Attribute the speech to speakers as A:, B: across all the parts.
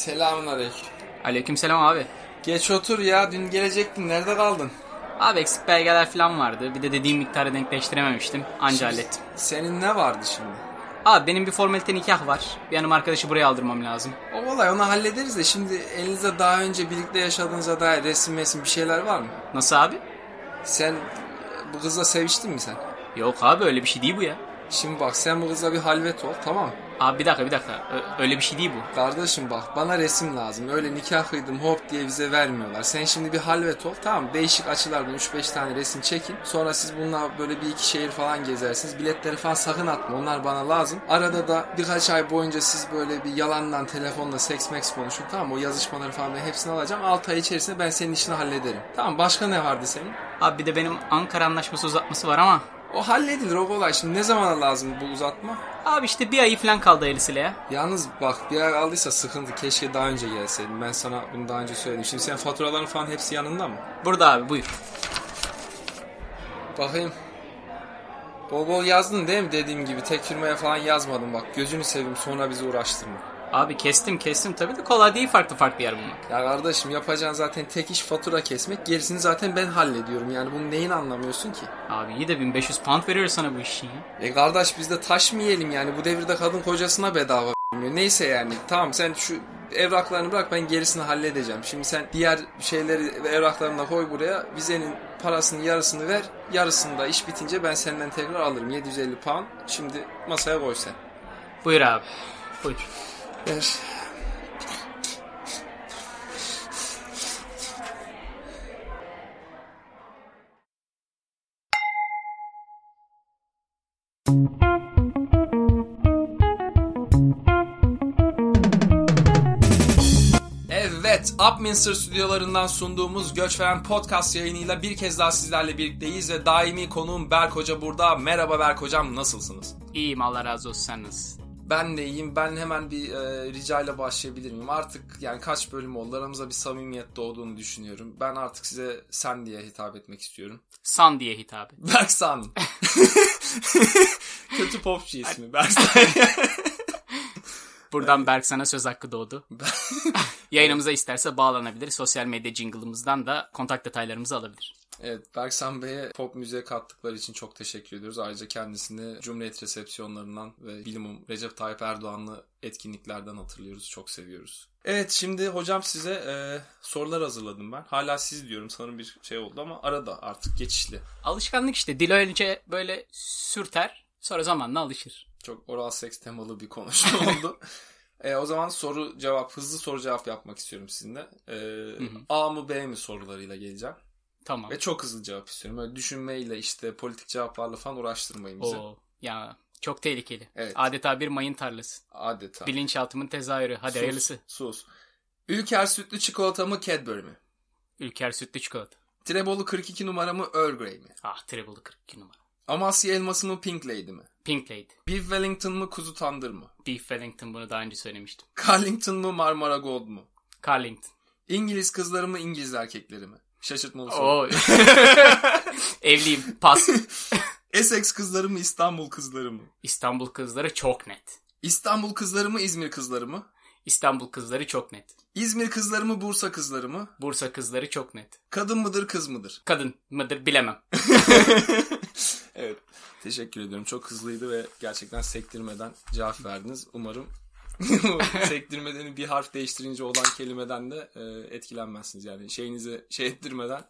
A: Selamünaleyküm.
B: Aleykümselam abi.
A: Geç otur ya dün gelecektin nerede kaldın?
B: Abi eksik belgeler falan vardı. Bir de dediğim miktarı denkleştirememiştim. Anca hallettim.
A: Senin ne vardı şimdi?
B: Abi benim bir formalite nikah var. Bir hanım arkadaşı buraya aldırmam lazım.
A: O olay onu hallederiz de şimdi elinizde daha önce birlikte yaşadığınıza dair resim resim bir şeyler var mı?
B: Nasıl abi?
A: Sen e, bu kızla seviştin mi sen?
B: Yok abi öyle bir şey değil bu ya.
A: Şimdi bak sen bu kızla bir halvet ol tamam mı?
B: Abi bir dakika bir dakika. Ö- öyle bir şey değil bu.
A: Kardeşim bak bana resim lazım. Öyle nikah kıydım hop diye bize vermiyorlar. Sen şimdi bir halvet ol tamam mı? Değişik açılardan 3-5 tane resim çekin. Sonra siz bununla böyle bir iki şehir falan gezersiniz. Biletleri falan sakın atma onlar bana lazım. Arada da birkaç ay boyunca siz böyle bir yalandan telefonla seks meks konuşun tamam mı? O yazışmaları falan ben hepsini alacağım. 6 ay içerisinde ben senin işini hallederim. Tamam mı? başka ne vardı senin?
B: Abi bir de benim Ankara anlaşması uzatması var ama.
A: O halledilir o kolay. Şimdi ne zamana lazım bu uzatma?
B: Abi işte bir ayı falan kaldı ailesiyle ya.
A: Yalnız bak bir yer aldıysa sıkıntı. Keşke daha önce gelseydin. Ben sana bunu daha önce söyledim. Şimdi sen faturaların falan hepsi yanında mı?
B: Burada abi buyur.
A: Bakayım. Bol bol yazdın değil mi dediğim gibi? Tek firmaya falan yazmadım bak. Gözünü seveyim sonra bizi uğraştırma.
B: Abi kestim kestim tabii de kolay değil farklı farklı yer bulmak.
A: Ya kardeşim yapacağın zaten tek iş fatura kesmek. Gerisini zaten ben hallediyorum. Yani bunu neyin anlamıyorsun ki?
B: Abi iyi de 1500 pound veriyor sana bu işin ya.
A: E kardeş biz de taş mı yiyelim yani? Bu devirde kadın kocasına bedava vermiyor. Neyse yani tamam sen şu evraklarını bırak ben gerisini halledeceğim. Şimdi sen diğer şeyleri ve evraklarını da koy buraya. Vizenin parasının yarısını ver. Yarısını da iş bitince ben senden tekrar alırım. 750 pound. Şimdi masaya koy sen.
B: Buyur abi. Buyur.
A: Ver. Evet, Upminster stüdyolarından sunduğumuz Göç Veren Podcast yayınıyla bir kez daha sizlerle birlikteyiz ve daimi konuğum Berk Hoca burada. Merhaba Berk Hocam, nasılsınız?
B: İyiyim Allah razı olsun sen nasılsın?
A: Ben de iyiyim. Ben hemen bir e, ricayla başlayabilir miyim? Artık yani kaç bölüm oldu aramıza bir samimiyet doğduğunu düşünüyorum. Ben artık size sen diye hitap etmek istiyorum.
B: San diye hitap et.
A: Berk San. Kötü popçu ismi Berk San.
B: Buradan Berk sana söz hakkı doğdu. Yayınımıza isterse bağlanabilir. Sosyal medya jingle'ımızdan da kontak detaylarımızı alabilir.
A: evet Berk San Bey'e pop müziğe kattıkları için çok teşekkür ediyoruz. Ayrıca kendisini Cumhuriyet resepsiyonlarından ve bilimum Recep Tayyip Erdoğan'lı etkinliklerden hatırlıyoruz. Çok seviyoruz. Evet şimdi hocam size e, sorular hazırladım ben. Hala siz diyorum sanırım bir şey oldu ama arada artık geçişli.
B: Alışkanlık işte. Dil önce böyle sürter. Sonra zamanla alışır.
A: Çok oral seks temalı bir konuşma oldu. E, o zaman soru cevap, hızlı soru cevap yapmak istiyorum sizinle. E, A mı B mi sorularıyla geleceğim.
B: Tamam.
A: Ve çok hızlı cevap istiyorum. Öyle düşünmeyle işte politik cevaplarla falan uğraştırmayın bizi.
B: Oo, ya çok tehlikeli.
A: Evet.
B: Adeta bir mayın tarlası.
A: Adeta.
B: Bilinçaltımın tezahürü. Hadi
A: Sus,
B: hayırlısı.
A: Sus. Ülker sütlü çikolata mı Cadbury mi?
B: Ülker sütlü çikolata.
A: Trebolu 42 numara mı Earl Grey mi?
B: Ah Treble'ı 42 numara.
A: Amasya elması mı Pink Lady mi?
B: Pink Lady.
A: Beef Wellington mı Kuzu Tandır mı?
B: Beef Wellington bunu daha önce söylemiştim.
A: Carlington mı Marmara Gold mu?
B: Carlington.
A: İngiliz kızları mı İngiliz erkekleri mi? Şaşırtmalı soru.
B: Oo. Evliyim. Pas.
A: Essex kızları mı İstanbul kızları mı?
B: İstanbul kızları çok net.
A: İstanbul kızları mı İzmir kızları mı?
B: İstanbul kızları çok net.
A: İzmir kızları mı Bursa kızları mı?
B: Bursa kızları çok net.
A: Kadın mıdır kız mıdır?
B: Kadın mıdır bilemem.
A: Evet. Teşekkür ediyorum. Çok hızlıydı ve gerçekten sektirmeden cevap verdiniz. Umarım sektirmeden bir harf değiştirince olan kelimeden de e, etkilenmezsiniz. Yani şeyinizi şey ettirmeden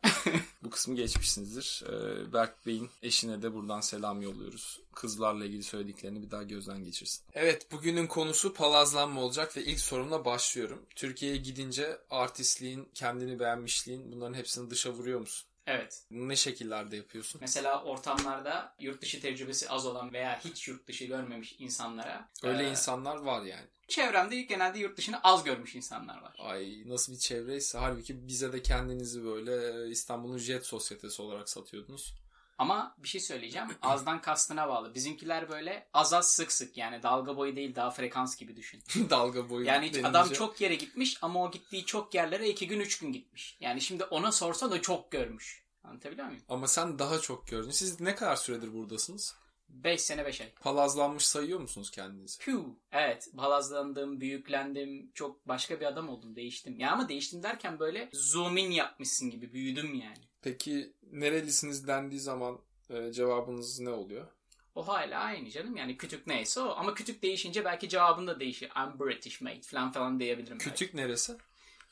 A: bu kısmı geçmişsinizdir. E, Berk Bey'in eşine de buradan selam yolluyoruz. Kızlarla ilgili söylediklerini bir daha gözden geçirsin. Evet bugünün konusu palazlanma olacak ve ilk sorumla başlıyorum. Türkiye'ye gidince artistliğin, kendini beğenmişliğin bunların hepsini dışa vuruyor musun?
B: Evet.
A: Ne şekillerde yapıyorsun?
B: Mesela ortamlarda yurt dışı tecrübesi az olan veya hiç yurt dışı görmemiş insanlara
A: Öyle
B: e,
A: insanlar var yani.
B: çevremde genelde yurt dışını az görmüş insanlar var.
A: Ay nasıl bir çevreyse halbuki bize de kendinizi böyle e, İstanbul'un jet sosyetesi olarak satıyordunuz.
B: Ama bir şey söyleyeceğim. Azdan kastına bağlı. Bizimkiler böyle az az sık sık yani dalga boyu değil daha frekans gibi düşün.
A: Dalga boyu.
B: Yani hiç
A: denince.
B: adam çok yere gitmiş ama o gittiği çok yerlere iki gün üç gün gitmiş. Yani şimdi ona sorsa da çok görmüş. Anlatabiliyor muyum?
A: Ama sen daha çok gördün. Siz ne kadar süredir buradasınız?
B: 5 sene 5 ay.
A: Palazlanmış sayıyor musunuz kendinizi?
B: Piu. Evet. Balazlandım, büyüklendim. Çok başka bir adam oldum. Değiştim. Ya ama değiştim derken böyle zoom in yapmışsın gibi. Büyüdüm yani.
A: Peki nerelisiniz dendiği zaman e, cevabınız ne oluyor?
B: O hala aynı canım. Yani kütük neyse o. Ama kütük değişince belki cevabın da değişir. I'm British mate falan falan diyebilirim. belki.
A: Kütük neresi?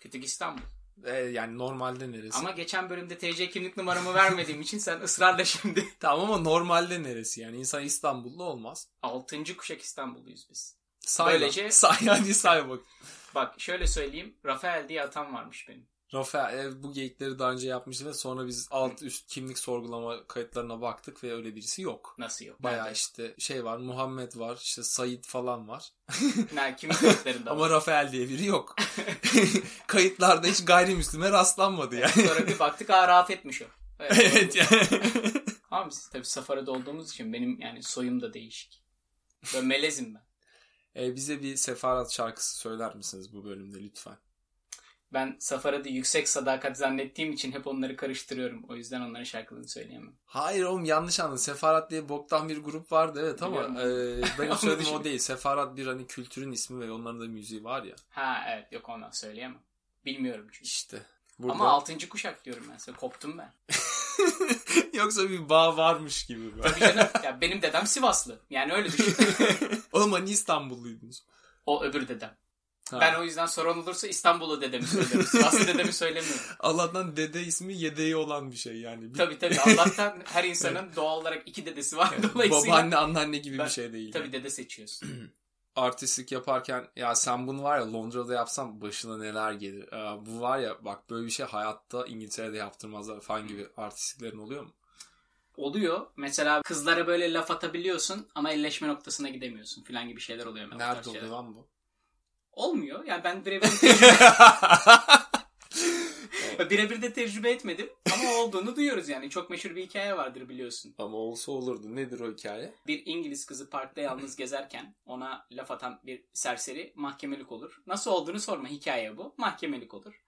B: Kütük İstanbul.
A: E, yani normalde neresi?
B: Ama geçen bölümde TC kimlik numaramı vermediğim için sen ısrarla şimdi.
A: Tamam ama normalde neresi? Yani insan İstanbullu olmaz.
B: 6. kuşak İstanbulluyuz biz.
A: Say
B: Böylece-
A: Böylece... Say hadi say bak.
B: Bak şöyle söyleyeyim. Rafael diye atam varmış benim.
A: Rafael e, bu geyikleri daha önce yapmıştı ve sonra biz alt üst kimlik sorgulama kayıtlarına baktık ve öyle birisi yok.
B: Nasıl yok?
A: Bayağı
B: Nerede?
A: işte şey var Muhammed var işte Said falan var.
B: Ne, kimin kayıtlarında var?
A: Ama Rafael diye biri yok. Kayıtlarda hiç gayrimüslime rastlanmadı yani.
B: Sonra bir baktık ha Rafet'miş o. Evet.
A: evet yani.
B: Abi biz tabii Safara'da olduğumuz için benim yani soyum da değişik. Böyle melezim ben.
A: E, bize bir sefarat şarkısı söyler misiniz bu bölümde lütfen?
B: Ben Safara'da yüksek sadakat zannettiğim için hep onları karıştırıyorum. O yüzden onların şarkılarını söyleyemem.
A: Hayır oğlum yanlış anladın. Sefarat diye boktan bir grup vardı evet ama
B: Biliyorum.
A: e, benim
B: Onu
A: söylediğim o
B: düşünüyorum.
A: değil. Sefarat bir hani kültürün ismi ve onların da müziği var ya.
B: Ha evet yok ondan söyleyemem. Bilmiyorum çünkü.
A: İşte. Burada...
B: Ama 6. kuşak diyorum ben size. Koptum ben.
A: Yoksa bir bağ varmış gibi. böyle.
B: Tabii canım. ya benim dedem Sivaslı. Yani öyle düşün.
A: oğlum hani İstanbulluydunuz.
B: o öbür dedem.
A: Ha.
B: Ben o yüzden soran olursa İstanbul'u dedemi söylüyorum. Sivaslı dedemi söylemiyorum.
A: Allah'tan dede ismi yedeği olan bir şey yani. Bir-
B: Tabii tabii. Allah'tan her insanın doğal olarak iki dedesi var. Dolayısıyla
A: Babaanne anneanne gibi
B: Ben-
A: bir şey değil. yani.
B: tabii dede seçiyorsun.
A: artistlik yaparken ya sen bunu var ya Londra'da yapsan başına neler gelir. Ee, bu var ya bak böyle bir şey hayatta İngiltere'de yaptırmazlar falan gibi
B: Hmm.
A: artistliklerin oluyor mu?
B: Oluyor. Mesela kızlara böyle laf atabiliyorsun ama elleşme noktasına gidemiyorsun filan gibi şeyler oluyor. mesela bu tarz
A: Nerede oluyor
B: şeyler.
A: lan bu?
B: Olmuyor. Yani ben birebir birebir de tecrübe etmedim ama olduğunu duyuyoruz yani. Çok meşhur bir hikaye vardır biliyorsun.
A: Ama olsa olurdu. Nedir o hikaye?
B: Bir İngiliz kızı parkta yalnız gezerken ona laf atan bir serseri mahkemelik olur. Nasıl olduğunu sorma hikaye bu. Mahkemelik olur.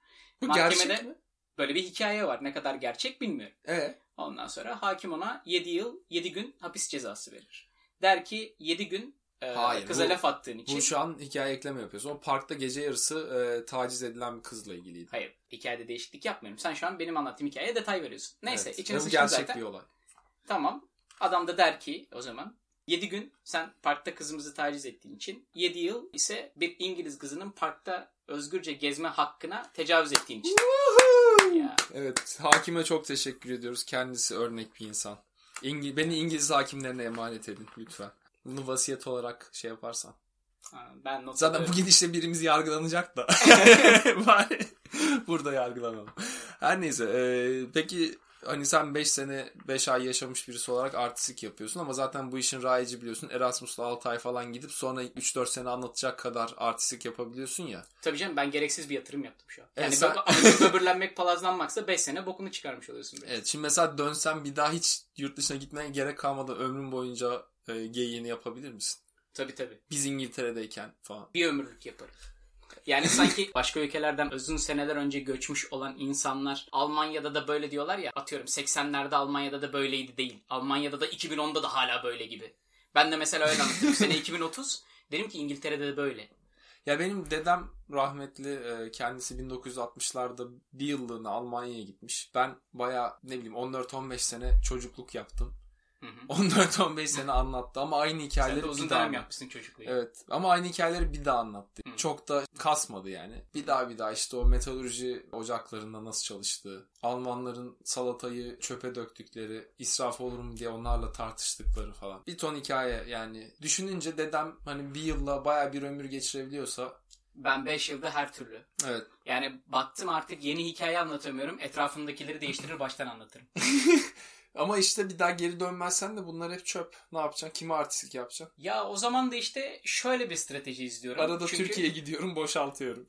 A: Bu
B: Mahkemede-
A: gerçek mi?
B: Böyle bir hikaye var. Ne kadar gerçek bilmiyorum.
A: Ee,
B: Ondan sonra hakim ona 7 yıl 7 gün hapis cezası verir. Der ki 7 gün e,
A: Hayır,
B: kıza
A: bu-
B: laf attığın için.
A: bu şu an hikaye ekleme yapıyorsun. O parkta gece yarısı e, taciz edilen bir kızla ilgiliydi.
B: Hayır hikayede değişiklik yapmıyorum. Sen şu an benim anlattığım hikayeye detay veriyorsun. Neyse
A: Evet.
B: içiniz
A: Ve Bu
B: içiniz
A: gerçek
B: zaten.
A: bir olay.
B: Tamam. Adam da der ki o zaman 7 gün sen parkta kızımızı taciz ettiğin için 7 yıl ise bir İngiliz kızının parkta özgürce gezme hakkına tecavüz ettiğin için. Ya.
A: Evet. Hakime çok teşekkür ediyoruz. Kendisi örnek bir insan. İngi- beni İngiliz hakimlerine emanet edin lütfen. Bunu vasiyet olarak şey yaparsan.
B: Ha, Ben not
A: Zaten
B: alıyorum.
A: bu gidişle birimiz yargılanacak da. Bari burada yargılanalım. Her neyse. e, peki hani sen 5 sene 5 ay yaşamış birisi olarak artistik yapıyorsun ama zaten bu işin rayici biliyorsun. Erasmus'la 6 ay falan gidip sonra 3-4 sene anlatacak kadar artistik yapabiliyorsun ya.
B: Tabii canım ben gereksiz bir yatırım yaptım şu an.
A: E,
B: Yani
A: sen-
B: bö- böbürlenmek palazlanmaksa 5 sene bokunu çıkarmış oluyorsun. Böyle.
A: Evet şimdi mesela dönsen bir daha hiç yurt dışına gitmeye gerek kalmadan ömrün boyunca e, geyiğini yapabilir misin?
B: Tabii tabii.
A: Biz İngiltere'deyken falan.
B: bir ömürlük yaparım. Yani sanki başka ülkelerden uzun seneler önce göçmüş olan insanlar Almanya'da da böyle diyorlar ya atıyorum 80'lerde Almanya'da da böyleydi değil. Almanya'da da 2010'da da hala böyle gibi. Ben de mesela öyle anlattım. Sene 2030 dedim ki İngiltere'de de böyle.
A: Ya benim dedem rahmetli e, kendisi 1960'larda bir yıllığına Almanya'ya gitmiş. Ben baya ne bileyim 14-15 sene çocukluk yaptım.
B: Hı hı.
A: 14-15 sene anlattı ama aynı
B: Sen
A: hikayeleri
B: de uzun
A: bir daha
B: dönem
A: anlattı.
B: yapmışsın çocukluğu.
A: Evet ama aynı hikayeleri bir daha anlattı.
B: Hı.
A: Çok da kasmadı yani. Bir daha bir daha işte o metalurji ocaklarında nasıl çalıştığı, Almanların salatayı çöpe döktükleri, israf olur mu diye onlarla tartıştıkları falan. Bir ton hikaye yani. Düşününce dedem hani bir yılla baya bir ömür geçirebiliyorsa
B: Ben 5 yılda her türlü.
A: Evet.
B: Yani baktım artık yeni hikaye anlatamıyorum. Etrafımdakileri değiştirir baştan anlatırım.
A: Ama işte bir daha geri dönmezsen de bunlar hep çöp. Ne yapacaksın? Kime artistlik yapacaksın?
B: Ya o zaman da işte şöyle bir strateji izliyorum.
A: Arada
B: Çünkü-
A: Türkiye'ye gidiyorum, boşaltıyorum.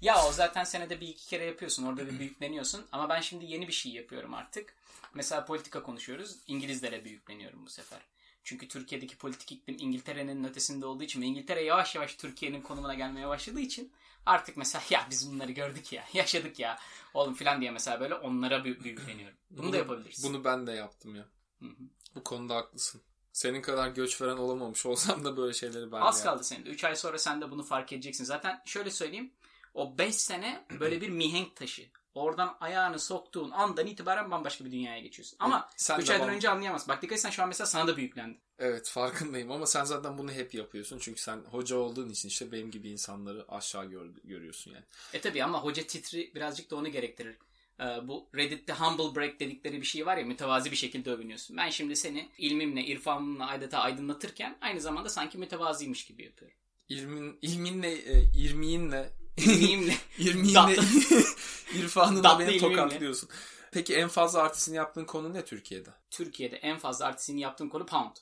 B: Ya o zaten senede bir iki kere yapıyorsun. Orada bir büyükleniyorsun. Ama ben şimdi yeni bir şey yapıyorum artık. Mesela politika konuşuyoruz. İngilizlere büyükleniyorum bu sefer. Çünkü Türkiye'deki politik iklim İngiltere'nin ötesinde olduğu için ve İngiltere yavaş yavaş Türkiye'nin konumuna gelmeye başladığı için artık mesela ya biz bunları gördük ya, yaşadık ya oğlum filan diye mesela böyle onlara büy- büyükleniyorum. Bunu da yapabilirsin.
A: Bunu ben de yaptım ya.
B: Hı hı.
A: Bu konuda haklısın. Senin kadar göç veren olamamış olsam da böyle şeyleri ben de
B: Az
A: yaptım.
B: kaldı senin de. 3 ay sonra sen de bunu fark edeceksin. Zaten şöyle söyleyeyim. O 5 sene böyle bir mihenk taşı. Oradan ayağını soktuğun andan itibaren bambaşka bir dünyaya geçiyorsun. Ama
A: Sen
B: 3
A: de
B: aydan
A: bam-
B: önce anlayamazsın. Bak dikkat etsen şu an mesela sana da büyüklendi.
A: Evet farkındayım ama sen zaten bunu hep yapıyorsun. Çünkü sen hoca olduğun için işte benim gibi insanları aşağı gör- görüyorsun yani.
B: E tabi ama hoca titri birazcık da onu gerektirir. Ee, bu Reddit'te humble break dedikleri bir şey var ya mütevazi bir şekilde övünüyorsun. Ben şimdi seni ilmimle, irfanımla adeta aydınlatırken aynı zamanda sanki mütevaziymiş gibi yapıyorum.
A: İlmin, ilminle, e, irmiğinle,
B: İlmimle.
A: irmiğinle,
B: Tatlı.
A: irfanınla
B: Tatlı
A: beni
B: ilminle.
A: tokatlıyorsun. Peki en fazla artistin yaptığın konu ne Türkiye'de?
B: Türkiye'de en fazla artistini yaptığın konu pound.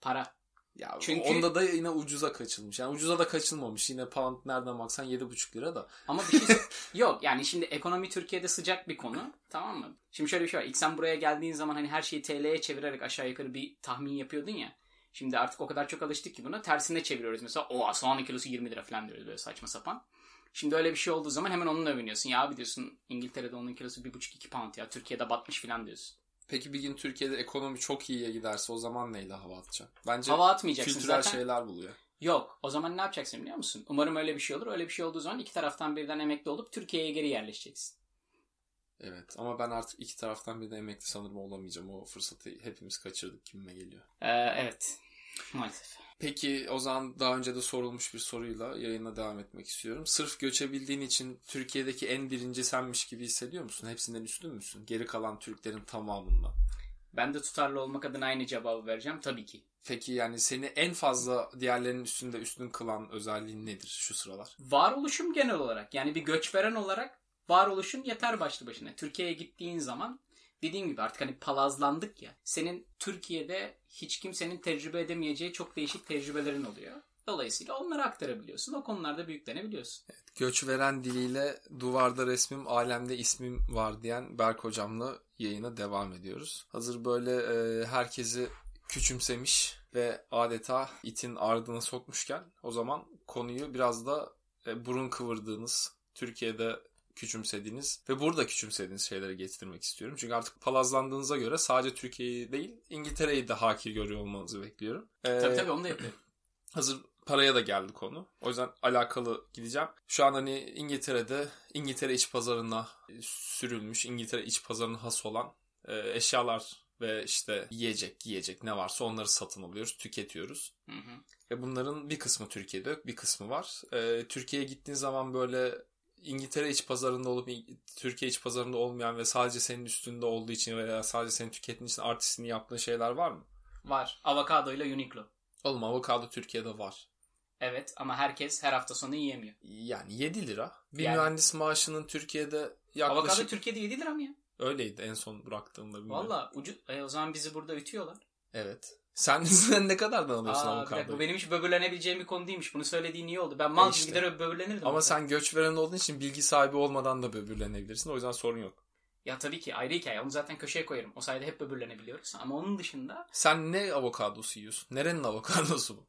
B: Para.
A: Ya
B: Çünkü-
A: onda da yine ucuza kaçılmış. Yani ucuza da kaçılmamış. Yine pound nereden baksan 7,5 lira da.
B: Ama bir şey yok yani şimdi ekonomi Türkiye'de sıcak bir konu tamam mı? Şimdi şöyle bir şey var. İlk sen buraya geldiğin zaman hani her şeyi TL'ye çevirerek aşağı yukarı bir tahmin yapıyordun ya. Şimdi artık o kadar çok alıştık ki buna tersine çeviriyoruz. Mesela o soğanın kilosu 20 lira falan diyoruz böyle saçma sapan. Şimdi öyle bir şey olduğu zaman hemen onunla övünüyorsun. Ya abi diyorsun İngiltere'de onun kilosu 1,5-2 pound ya. Türkiye'de batmış falan diyorsun.
A: Peki bir gün Türkiye'de ekonomi çok iyiye giderse o zaman neyle hava atacaksın? Bence
B: Hava atmayacaksın
A: kültürel
B: zaten.
A: şeyler buluyor.
B: Yok. O zaman ne yapacaksın biliyor musun? Umarım öyle bir şey olur. Öyle bir şey olduğu zaman iki taraftan birden emekli olup Türkiye'ye geri yerleşeceksin.
A: Evet ama ben artık iki taraftan bir de emekli sanırım olamayacağım. O fırsatı hepimiz kaçırdık gibime geliyor.
B: Ee, evet. Maalesef.
A: Peki o zaman daha önce de sorulmuş bir soruyla yayına devam etmek istiyorum. Sırf göçebildiğin için Türkiye'deki en birinci senmiş gibi hissediyor musun? Hepsinden üstün müsün? Geri kalan Türklerin tamamından.
B: Ben de tutarlı olmak adına aynı cevabı vereceğim tabii ki.
A: Peki yani seni en fazla diğerlerinin üstünde üstün kılan özelliğin nedir şu sıralar?
B: Varoluşum genel olarak yani bir göç veren olarak varoluşun yeter başlı başına. Türkiye'ye gittiğin zaman dediğim gibi artık hani palazlandık ya. Senin Türkiye'de hiç kimsenin tecrübe edemeyeceği çok değişik tecrübelerin oluyor. Dolayısıyla onları aktarabiliyorsun. O konularda büyüklenebiliyorsun.
A: Göç veren diliyle duvarda resmim, alemde ismim var diyen Berk hocamla yayına devam ediyoruz. Hazır böyle e, herkesi küçümsemiş ve adeta itin ardına sokmuşken o zaman konuyu biraz da e, burun kıvırdığınız, Türkiye'de küçümsediğiniz ve burada küçümsediğiniz şeylere getirmek istiyorum. Çünkü artık palazlandığınıza göre sadece Türkiye'yi değil İngiltere'yi de hakir görüyor olmanızı bekliyorum. E,
B: Tabii tabii onu da yapıyorum.
A: Hazır paraya da geldi konu. O yüzden alakalı gideceğim. Şu an hani İngiltere'de İngiltere iç pazarına sürülmüş, İngiltere iç pazarına has olan e, eşyalar ve işte yiyecek, giyecek ne varsa onları satın alıyoruz, tüketiyoruz.
B: Hı hı.
A: Ve bunların bir kısmı Türkiye'de yok, bir kısmı var. E, Türkiye'ye gittiğin zaman böyle İngiltere iç pazarında olup İng- Türkiye iç pazarında olmayan ve sadece senin üstünde olduğu için veya sadece senin tükettiğin için artistini yaptığın şeyler var mı?
B: Var. Avokado ile Uniqlo.
A: Oğlum avokado Türkiye'de var.
B: Evet ama herkes her hafta sonu yiyemiyor.
A: Yani 7 lira. Bir
B: Yani-
A: mühendis maaşının Türkiye'de yaklaşık
B: Avokado Türkiye'de 7 lira mı ya?
A: öyleydi en son bıraktığımda. bilmiyorum.
B: Valla ucu... E, o zaman bizi burada ütüyorlar.
A: Evet. Sen, sen ne kadardan alıyorsun
B: Aa, bir dakika,
A: avokado?
B: bu benim hiç böbürlenebileceğim bir konu değilmiş. Bunu söylediğin iyi oldu. Ben mal
A: E işte.
B: gibi gider böbürlenirdim.
A: Ama
B: Mesela.
A: sen göç veren olduğun için bilgi sahibi olmadan da böbürlenebilirsin. O yüzden sorun yok.
B: Ya tabii ki ayrı hikaye. Onu zaten köşeye koyarım. O sayede hep böbürlenebiliyoruz. Ama onun dışında
A: Sen ne avokadosu yiyorsun? Nerenin avokadosu bu?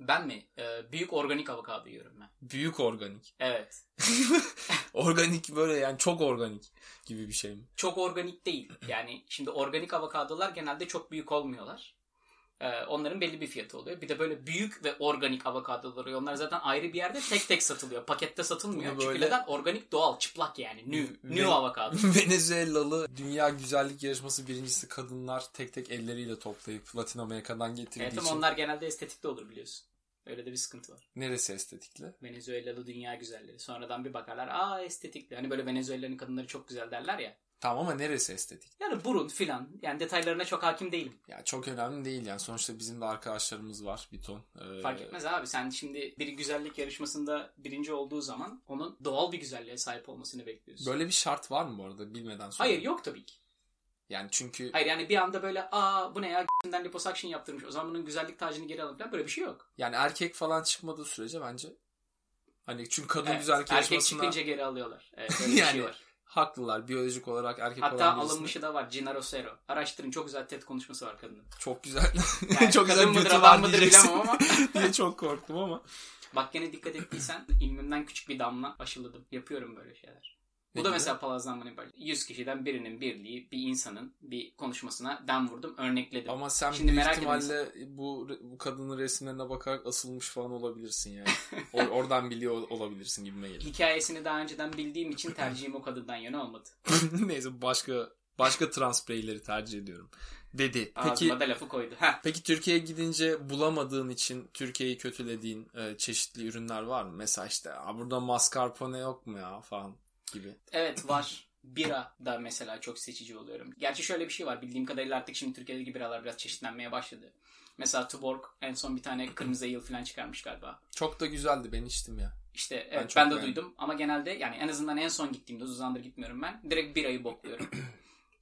B: ben mi? Ee, büyük organik avokado yiyorum ben.
A: Büyük organik.
B: Evet.
A: organik böyle yani çok organik gibi bir şey mi?
B: Çok organik değil. Yani şimdi organik avokadolar genelde çok büyük olmuyorlar. Ee, onların belli bir fiyatı oluyor. Bir de böyle büyük ve organik avokadolar oluyor. Onlar zaten ayrı bir yerde tek tek satılıyor. Pakette satılmıyor.
A: Bunu
B: Çünkü
A: böyle-
B: neden? Organik doğal, çıplak yani. Nü, nü
A: Ve-
B: avokado.
A: Venezuelalı dünya güzellik yarışması birincisi kadınlar tek tek elleriyle toplayıp Latin Amerika'dan getirdiği
B: Evet ama
A: için
B: onlar genelde estetikte olur biliyorsun. Öyle de bir sıkıntı var.
A: neresi estetikli?
B: Venezuelalı dünya güzelleri. Sonradan bir bakarlar aa estetikli. Hani böyle Venezuela'nın kadınları çok güzel derler ya.
A: Tamam ama neresi estetik?
B: Yani burun filan. Yani detaylarına çok hakim değilim.
A: Ya çok önemli değil yani. Sonuçta bizim de arkadaşlarımız var bir ton. Ee,
B: Fark etmez abi. Sen şimdi bir güzellik yarışmasında birinci olduğu zaman onun doğal bir güzelliğe sahip olmasını bekliyorsun.
A: Böyle bir şart var mı bu arada bilmeden sonra?
B: Hayır yok tabii ki.
A: Yani çünkü
B: Hayır yani bir anda böyle aa bu ne ya g***den liposuction yaptırmış. O zaman bunun güzellik tacını geri alın falan böyle bir şey yok.
A: yani erkek falan çıkmadığı sürece bence hani çünkü kadın
B: Evet,
A: güzellik
B: Erkek
A: yarışmasına
B: çıkınca geri alıyorlar. Evet öyle bir
A: Yani,
B: şey var.
A: haklılar. Biyolojik olarak erkek
B: Hatta
A: olan birisinin
B: alınmışı da var. Gina Rosero. Araştırın çok güzel TED konuşması var kadının.
A: çok güzel
B: Yani
A: çok güzel
B: kadın mıdır
A: götü
B: adam
A: var
B: mıdır
A: diyeceksin.
B: bilemem ama.
A: diye çok korktum ama.
B: Bak gene dikkat ettiysen ilmimden küçük bir damla aşıladım. Yapıyorum böyle şeyler. Bu da mesela palazlanmanın böyle 100 kişiden birinin birliği bir insanın bir konuşmasına den vurdum örnekledim.
A: Ama sen
B: Şimdi
A: büyük
B: merak
A: ihtimalle bu, bu kadının resimlerine bakarak asılmış falan olabilirsin yani. Or- oradan biliyor olabilirsin gibime geliyor.
B: Hikayesini daha önceden bildiğim için tercihim o kadından yana olmadı.
A: Neyse başka başka trans bireyleri tercih ediyorum. Dedi. Peki
B: Ağzıma da lafı koydu. Heh.
A: Peki Türkiye'ye gidince bulamadığın için Türkiye'yi kötülediğin e, çeşitli ürünler var mı? Mesela işte "Aa, burada mascarpone yok mu ya falan gibi.
B: Evet var. Bira da mesela çok seçici oluyorum. Gerçi şöyle bir şey var. Bildiğim kadarıyla artık şimdi Türkiye'deki biralar biraz çeşitlenmeye başladı. Mesela Tuborg en son bir tane kırmızı yıl falan çıkarmış galiba.
A: Çok da güzeldi ben içtim ya.
B: İşte evet
A: çok
B: ben, de
A: beğendim.
B: duydum ama genelde yani en azından en son gittiğimde uzun zamandır gitmiyorum ben. Direkt birayı bokluyorum.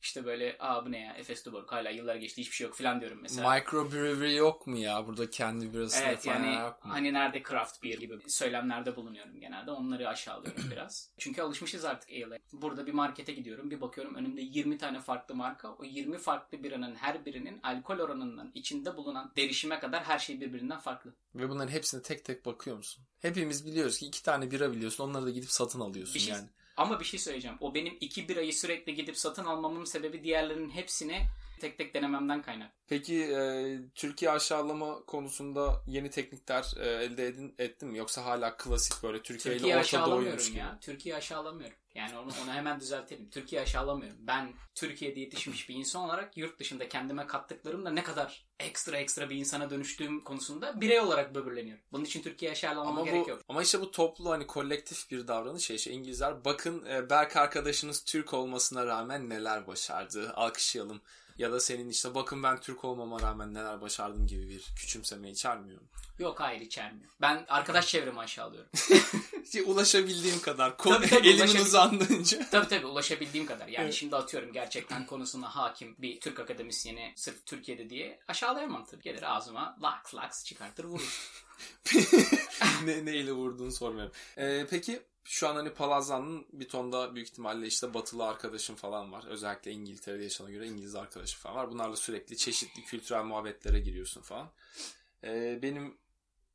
B: işte böyle aa bu ne ya Efes Tuborg hala yıllar geçti hiçbir şey yok falan diyorum mesela.
A: Microbrewery yok mu ya? Burada kendi birasını
B: Evet
A: falan
B: yani
A: yok mu?
B: hani nerede craft beer gibi söylemlerde bulunuyorum genelde. Onları aşağılıyorum biraz. Çünkü alışmışız artık ale'e. Burada bir markete gidiyorum. Bir bakıyorum önümde 20 tane farklı marka. O 20 farklı biranın her birinin alkol oranından içinde bulunan derişime kadar her şey birbirinden farklı.
A: Ve bunların hepsine tek tek bakıyor musun? Hepimiz biliyoruz ki iki tane bira biliyorsun. Onları da gidip satın alıyorsun
B: Bir şey-
A: yani.
B: Ama bir şey söyleyeceğim. O benim iki birayı sürekli gidip satın almamın sebebi diğerlerinin hepsini tek tek denememden kaynak.
A: Peki e, Türkiye aşağılama konusunda yeni teknikler e, elde edin, ettin mi? Yoksa hala klasik böyle Türkiye,
B: Türkiye
A: ile Orta Doğu'ymuş
B: aşağılamıyorum
A: gibi.
B: ya. Türkiye aşağılamıyorum. Yani onu, onu hemen düzeltelim. Türkiye aşağılamıyorum. Ben Türkiye'de yetişmiş bir insan olarak yurt dışında kendime kattıklarımla ne kadar ekstra ekstra bir insana dönüştüğüm konusunda birey olarak böbürleniyorum. Bunun için Türkiye aşağılamama
A: Ama
B: gerek
A: bu
B: yok.
A: ama işte bu toplu hani kolektif bir davranış ya. İşte İngilizler bakın e, Berk arkadaşınız Türk olmasına rağmen neler başardı. Alkışlayalım. Ya da senin işte bakın ben Türk olmama rağmen neler başardım gibi bir küçümseme içermiyor. mu?
B: Yok hayır içermiyor. Ben arkadaş çevremi aşağılıyorum.
A: İşte Şey, ulaşabildiğim kadar.
B: Tabii, tabii,
A: elimin
B: ulaşabil-
A: uzandığınca.
B: tabii tabii ulaşabildiğim kadar. Yani
A: Evet.
B: şimdi atıyorum gerçekten konusuna hakim bir Türk akademisyeni sırf Türkiye'de diye aşağılayamam tabii. Gelir ağzıma laks laks çıkartır vurur.
A: ne, neyle vurduğunu sormuyorum. E, peki şu an hani Palazan'ın bir tonda büyük ihtimalle işte batılı arkadaşım falan var. Özellikle İngiltere'de yaşana göre İngiliz arkadaşım falan var. Bunlarla sürekli çeşitli kültürel muhabbetlere giriyorsun falan. E, benim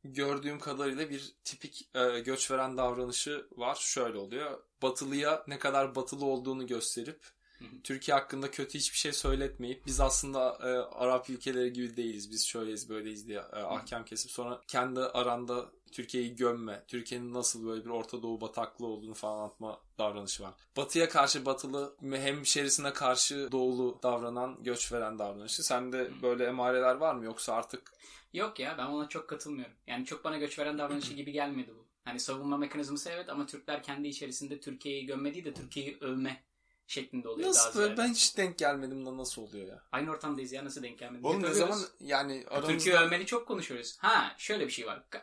A: gördüğüm kadarıyla bir tipik e, göç veren davranışı var. Şöyle oluyor. Batılıya ne kadar batılı olduğunu gösterip
B: Hı hı.
A: Türkiye hakkında kötü hiçbir şey söyletmeyip biz aslında e, Arap ülkeleri gibi değiliz. Biz şöyleyiz böyleyiz diye e, ahkam kesip sonra kendi aranda Türkiye'yi gömme. Türkiye'nin nasıl böyle bir Orta Doğu bataklığı olduğunu falan anlatma davranışı var. Batıya karşı batılı hemşerisine karşı doğulu davranan göç veren davranışı. Sende böyle emareler var mı yoksa artık
B: Yok ya ben ona çok katılmıyorum. Yani çok bana göç veren davranışı gibi gelmedi bu. Hani savunma mekanizması evet ama Türkler kendi içerisinde Türkiye'yi gömme değil de Türkiye'yi övme şeklinde oluyor daha
A: Nasıl böyle?
B: ziyade.
A: Ben hiç denk gelmedim da nasıl oluyor ya?
B: Aynı ortamdayız ya nasıl denk gelmedi?
A: Oğlum
B: Hep
A: ne
B: övüyoruz.
A: zaman yani
B: Türkiye
A: aramızda...
B: övmeli çok konuşuyoruz. Ha şöyle bir şey var. Ka-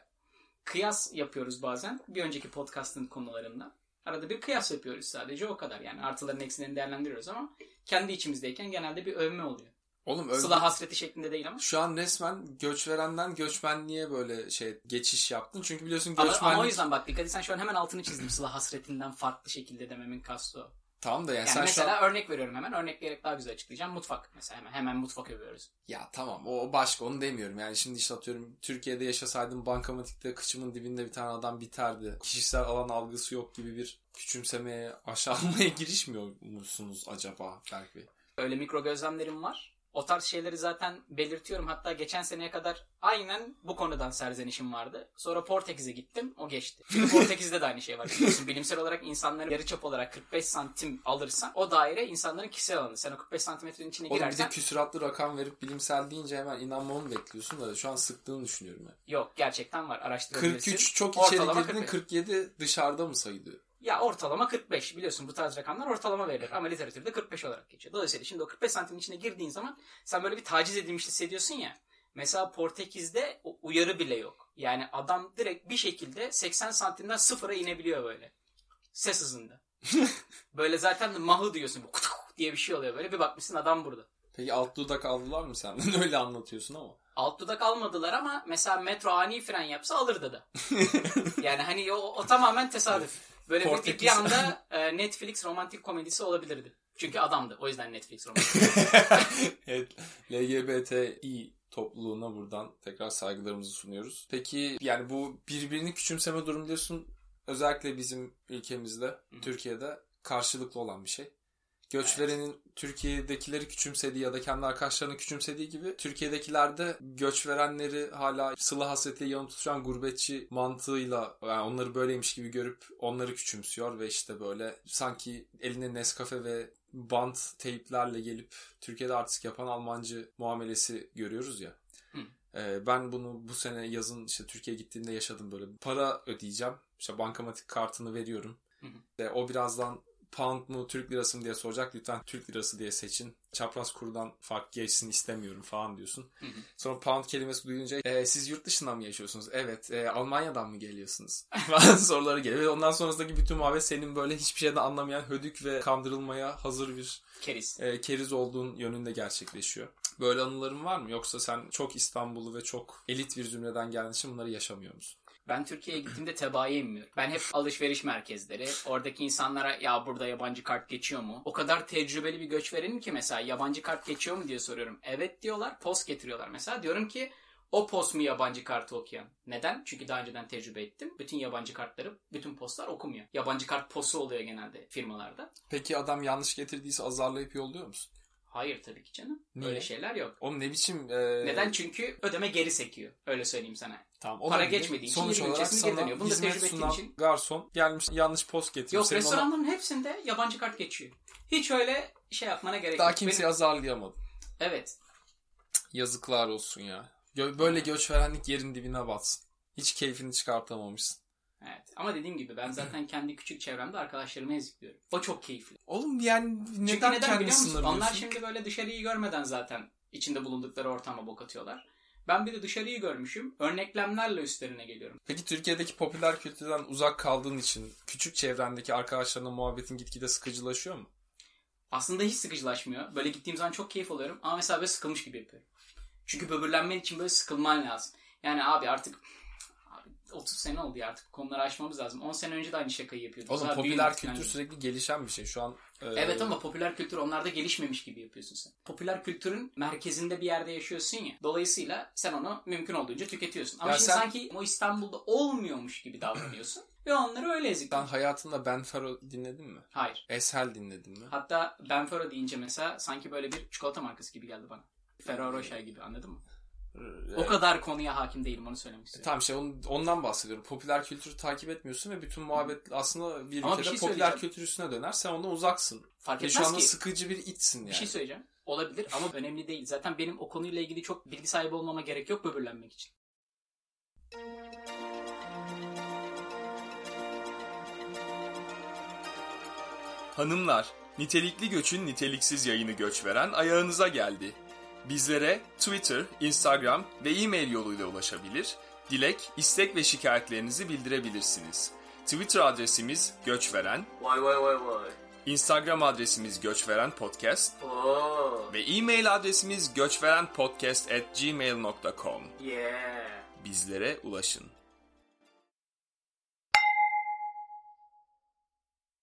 B: Kıyas yapıyoruz bazen. Bir önceki podcast'ın konularında. Arada bir kıyas yapıyoruz sadece o kadar. Yani artıların eksilerini değerlendiriyoruz ama kendi içimizdeyken genelde bir övme oluyor.
A: Oğlum öyle...
B: Sıla hasreti şeklinde değil ama.
A: Şu an resmen göç verenden göçmenliğe böyle şey geçiş yaptın. Çünkü biliyorsun
B: Ama,
A: göçmenlik...
B: ama o yüzden bak dikkat etsen şu an hemen altını çizdim Sıla hasretinden farklı şekilde dememin kastı o.
A: Tamam da yani,
B: Yani
A: sen şu an...
B: mesela örnek veriyorum hemen. Örnekleyerek daha güzel açıklayacağım. Mutfak mesela hemen. Hemen mutfak övüyoruz.
A: Ya tamam o başka onu demiyorum. Yani şimdi işte atıyorum Türkiye'de yaşasaydım bankamatikte kıçımın dibinde bir tane adam biterdi. Kişisel alan algısı yok gibi bir küçümsemeye, aşağılamaya girişmiyor musunuz acaba Berk Bey?
B: Öyle mikro gözlemlerim var. O tarz şeyleri zaten belirtiyorum. Hatta geçen seneye kadar aynen bu konudan serzenişim vardı. Sonra Portekiz'e gittim. O geçti. Çünkü Portekiz'de de aynı şey var. Biliyorsun bilimsel olarak insanları yarıçap olarak 45 santim alırsan o daire insanların kişisel alanı. Sen o 45 santimetrenin içine
A: Oğlum bir de
B: girersen
A: küsuratlı rakam verip bilimsel deyince hemen inanmamı bekliyorsun da şu an sıktığını düşünüyorum. Yani.
B: yok gerçekten var. Araştırabilirsin.
A: 43 çok içeri
B: Ortalama
A: girdin
B: 45.
A: 47 dışarıda mı sayılıyor?
B: Ya ortalama 45 biliyorsun bu tarz rakamlar ortalama verilir ama literatürde 45 olarak geçiyor. Dolayısıyla şimdi o 45 santimin içine girdiğin zaman sen böyle bir taciz edilmiş hissediyorsun ya. Mesela Portekiz'de o uyarı bile yok. Yani adam direkt bir şekilde 80 santimden sıfıra inebiliyor böyle. Ses hızında. böyle zaten mahı diyorsun. Bu kutuk diye bir şey oluyor böyle. Bir bakmışsın adam burada.
A: Peki alt dudak aldılar mı senden? Öyle anlatıyorsun ama.
B: Alt dudak almadılar ama mesela metro ani fren yapsa alırdı da. yani hani o, o tamamen tesadüf. Böyle bir- bir, bir
A: Portekiz.
B: anda e, Netflix romantik komedisi olabilirdi. Çünkü adamdı. O yüzden Netflix romantik.
A: evet, LGBTİ topluluğuna buradan tekrar saygılarımızı sunuyoruz. Peki yani bu birbirini küçümseme durumu diyorsun özellikle bizim ülkemizde,
B: hı.
A: Türkiye'de karşılıklı olan bir şey. Göçverenin Türkiye'dekileri küçümsediği ya da kendi arkadaşlarını küçümsediği gibi Türkiye'dekiler de göç verenleri hala sıla hasretiyle yanı tutuşan gurbetçi mantığıyla yani onları böyleymiş gibi görüp onları küçümsüyor ve işte böyle sanki eline Nescafe ve bant teyplerle gelip Türkiye'de artist yapan Almancı muamelesi görüyoruz ya.
B: Hı.
A: Ee, Ben bunu bu sene yazın işte Türkiye'ye gittiğimde yaşadım böyle. Para ödeyeceğim. İşte bankamatik kartını veriyorum.
B: Hı hı.
A: Ve o birazdan pound mu Türk lirası mı diye soracak. Lütfen Türk lirası diye seçin. Çapraz kurdan fark geçsin istemiyorum falan diyorsun.
B: Hı hı.
A: Sonra pound kelimesi duyunca "E, siz yurt dışından mı yaşıyorsunuz? Evet. "E, Almanya'dan mı geliyorsunuz? falan soruları geliyor. Ve ondan sonrasındaki bütün muhabbet senin böyle hiçbir şeyden anlamayan hödük ve kandırılmaya hazır bir
B: Keriz.
A: e, keriz olduğun yönünde gerçekleşiyor. Böyle anıların var mı? Yoksa sen çok İstanbullu ve çok elit bir zümreden geldiğin için bunları yaşamıyor musun?
B: Ben Türkiye'ye gittiğimde tebaaya inmiyorum. Ben hep alışveriş merkezleri. Oradaki insanlara ya burada yabancı kart geçiyor mu? O kadar tecrübeli bir göç verenim ki mesela yabancı kart geçiyor mu diye soruyorum. Evet diyorlar post getiriyorlar. Mesela diyorum ki o post mu yabancı kartı okuyan? Neden? Çünkü daha önceden tecrübe ettim. Bütün yabancı kartları, bütün postlar okumuyor. Yabancı kart posu oluyor genelde firmalarda.
A: Peki adam yanlış getirdiyse azarlayıp yolluyor musun?
B: Hayır tabii ki canım.
A: Niye?
B: Öyle şeyler yok.
A: Oğlum ne biçim... e,
B: Neden? Çünkü ödeme geri sekiyor. Öyle söyleyeyim sana.
A: Tamam,
B: Para
A: olabilir.
B: geçmediği için
A: Sonuç
B: yeni bir
A: olarak
B: ülkesine geri
A: sana
B: dönüyor. Bunu da
A: hizmet
B: tecrübe ettiğin
A: sunan
B: için-
A: garson gelmiş yanlış post getiriyor.
B: Yok
A: Senin ona-
B: restoranların hepsinde yabancı kart geçiyor. Hiç öyle şey yapmana gerek
A: Daha
B: yok.
A: kimseyi
B: Benim-
A: azarlayamadın.
B: Evet.
A: Yazıklar olsun ya. Gö- Böyle göçverenlik yerin dibine batsın. Hiç keyfini çıkartamamışsın.
B: Evet. Ama dediğim gibi ben zaten kendi küçük çevremde arkadaşlarımı ezikliyorum. O çok keyifli.
A: Oğlum yani neden,
B: Çünkü neden
A: kendini
B: biliyor musun?
A: sınırlıyorsun?
B: Onlar şimdi böyle dışarıyı görmeden zaten içinde bulundukları ortama bok atıyorlar. Ben bir de dışarıyı görmüşüm. Örneklemlerle üstlerine geliyorum.
A: Peki Türkiye'deki popüler kültürden uzak kaldığın için küçük çevrendeki arkadaşlarınla muhabbetin gitgide sıkıcılaşıyor mu?
B: Aslında hiç sıkıcılaşmıyor. Böyle gittiğim zaman çok keyif alıyorum. Ama mesela böyle sıkılmış gibi yapıyorum. Çünkü böbürlenmen için böyle sıkılman lazım. Yani abi artık abi 30 sene oldu ya artık bu konuları aşmamız lazım. 10 sene önce de aynı şakayı yapıyorduk.
A: Oğlum
B: Daha
A: popüler
B: büyümedik
A: kültür
B: yani.
A: sürekli gelişen bir şey. Şu an e,
B: Evet ama popüler kültür onlarda gelişmemiş gibi yapıyorsun sen. Popüler kültürün merkezinde bir yerde yaşıyorsun ya. Dolayısıyla sen onu mümkün olduğunca tüketiyorsun. Ama
A: Ya
B: şimdi
A: sen-
B: sanki o İstanbul'da olmuyormuş gibi davranıyorsun. ve onları öyle
A: sen
B: ezikliyorsun.
A: hayatında Ben Fero dinledin mi?
B: Hayır.
A: Eshel dinledin mi?
B: Hatta Benfero deyince mesela sanki böyle bir çikolata markası gibi geldi bana. Ferrero Rocher gibi anladın mı?
A: E,
B: O kadar konuya hakim değilim onu söylemek istiyorum.
A: Tamam şey on- ondan bahsediyorum. Popüler kültürü takip etmiyorsun ve bütün muhabbet aslında bir
B: Ama bir
A: ülkede
B: şey
A: popüler
B: söyleyeceğim.
A: kültür üstüne döner. Sen ondan uzaksın.
B: Fark
A: Ve şu
B: etmez
A: anda
B: ki.
A: sıkıcı bir itsin şey yani.
B: Bir şey söyleyeceğim. Olabilir ama önemli değil. Zaten benim o konuyla ilgili çok bilgi sahibi olmama gerek yok böbürlenmek için.
A: Hanımlar, nitelikli göçün niteliksiz yayını göç veren ayağınıza geldi. Bizlere Twitter, Instagram ve e-mail yoluyla ulaşabilir, dilek, istek ve şikayetlerinizi bildirebilirsiniz. Twitter adresimiz göçveren,
C: Vay vay vay vay.
A: Instagram adresimiz göçveren podcast
C: Oo.
A: ve e-mail adresimiz göçverenpodcast@gmail.com.
C: Yeah.
A: Bizlere ulaşın.